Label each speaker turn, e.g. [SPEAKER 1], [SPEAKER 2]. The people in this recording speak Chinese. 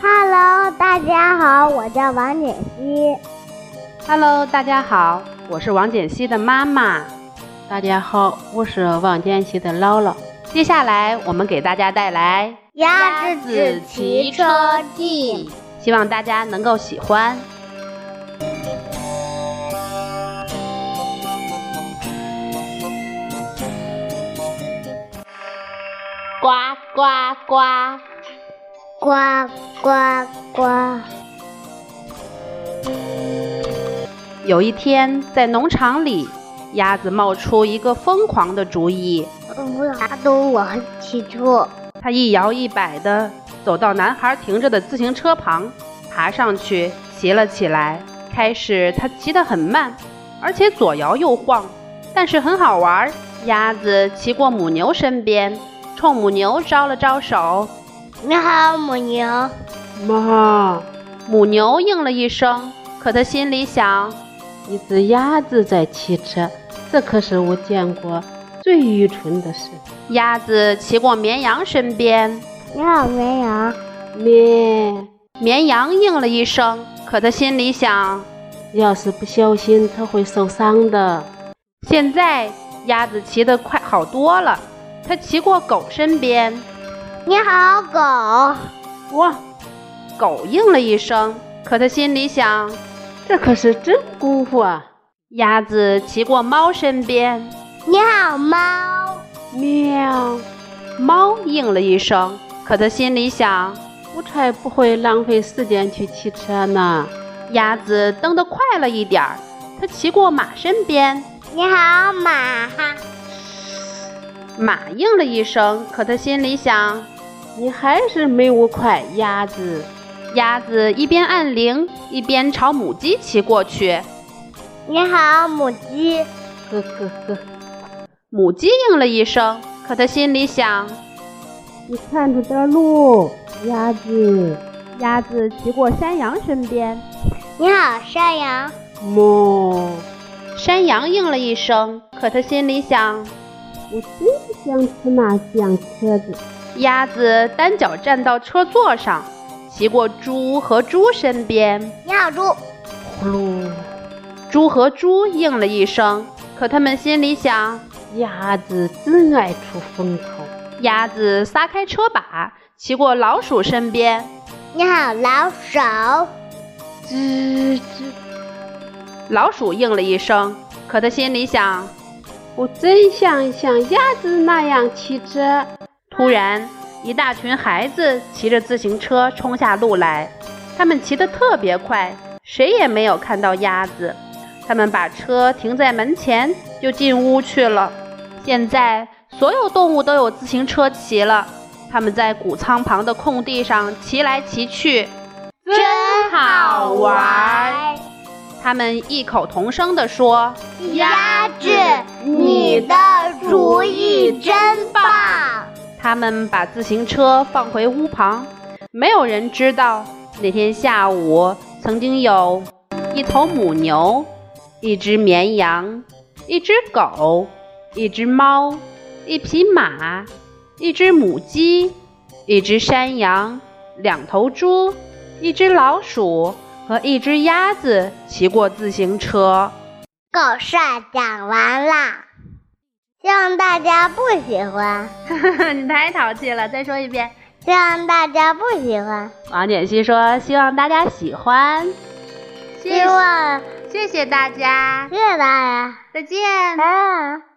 [SPEAKER 1] Hello，大家好，我叫王简熙。
[SPEAKER 2] Hello，大家好，我是王简熙的妈妈。大家好，我是王简熙的姥姥。接下来我们给大家带来
[SPEAKER 1] 鸭子骑车记，
[SPEAKER 2] 希望大家能够喜欢。
[SPEAKER 3] 呱呱呱！
[SPEAKER 1] 呱呱呱！
[SPEAKER 2] 有一天，在农场里，鸭子冒出一个疯狂的主意，
[SPEAKER 1] 呃我打赌我会骑车。
[SPEAKER 2] 它一摇一摆的走到男孩停着的自行车旁，爬上去骑了起来。开始它骑得很慢，而且左摇右晃，但是很好玩儿。鸭子骑过母牛身边，冲母牛招了招手，
[SPEAKER 1] 你好，母牛。
[SPEAKER 2] 妈，母牛应了一声，可它心里想：一只鸭子在骑车，这可是我见过最愚蠢的事。鸭子骑过绵羊身边，
[SPEAKER 1] 你好，绵羊。
[SPEAKER 2] 咩，绵羊应了一声，可它心里想：要是不小心，它会受伤的。现在鸭子骑得快好多了，它骑过狗身边，
[SPEAKER 1] 你好，狗。
[SPEAKER 2] 哇！狗应了一声，可它心里想：这可是真功夫啊！鸭子骑过猫身边，
[SPEAKER 1] 你好，猫。
[SPEAKER 2] 喵，猫应了一声，可它心里想：我才不会浪费时间去骑车呢。鸭子蹬得快了一点儿，它骑过马身边，
[SPEAKER 1] 你好，马哈。
[SPEAKER 2] 马应了一声，可它心里想：你还是没我快，鸭子。鸭子一边按铃，一边朝母鸡骑过去。
[SPEAKER 1] 你好，母鸡。
[SPEAKER 2] 咯咯咯，母鸡应了一声，可它心里想：
[SPEAKER 4] 你看着点路，鸭子。
[SPEAKER 2] 鸭子骑过山羊身边，
[SPEAKER 1] 你好，山羊。
[SPEAKER 4] 么，
[SPEAKER 2] 山羊应了一声，可它心里想：
[SPEAKER 4] 我真不想吃那香车子。
[SPEAKER 2] 鸭子单脚站到车座上，骑过猪和猪身边。
[SPEAKER 1] 你好，猪。
[SPEAKER 4] 呼噜，
[SPEAKER 2] 猪和猪应了一声，可它们心里想：
[SPEAKER 4] 鸭子真爱出风头。
[SPEAKER 2] 哦鸭子撒开车把，骑过老鼠身边。
[SPEAKER 1] 你好，老鼠。
[SPEAKER 4] 吱吱，
[SPEAKER 2] 老鼠应了一声，可它心里想。
[SPEAKER 4] 我真想像鸭子那样骑车。
[SPEAKER 2] 突然，一大群孩子骑着自行车冲下路来，他们骑得特别快，谁也没有看到鸭子。他们把车停在门前，就进屋去了。现在，所有动物都有自行车骑了。他们在谷仓旁的空地上骑来骑去，真好玩儿。他们异口同声地说：“
[SPEAKER 1] 鸭子，你的主意真棒！
[SPEAKER 2] 他们把自行车放回屋旁，没有人知道那天下午曾经有一头母牛、一只绵羊、一只狗、一只猫、一匹马、一只母鸡、一只山羊、两头猪、一只老鼠和一只鸭子骑过自行车。
[SPEAKER 1] 狗事儿讲完啦，希望大家不喜欢，
[SPEAKER 2] 你太淘气了，再说一遍。
[SPEAKER 1] 希望大家不喜欢，
[SPEAKER 2] 王简熙说：“希望大家喜欢，
[SPEAKER 1] 希望
[SPEAKER 2] 谢谢大家
[SPEAKER 1] 谢，谢大家，
[SPEAKER 2] 再见
[SPEAKER 1] 拜拜。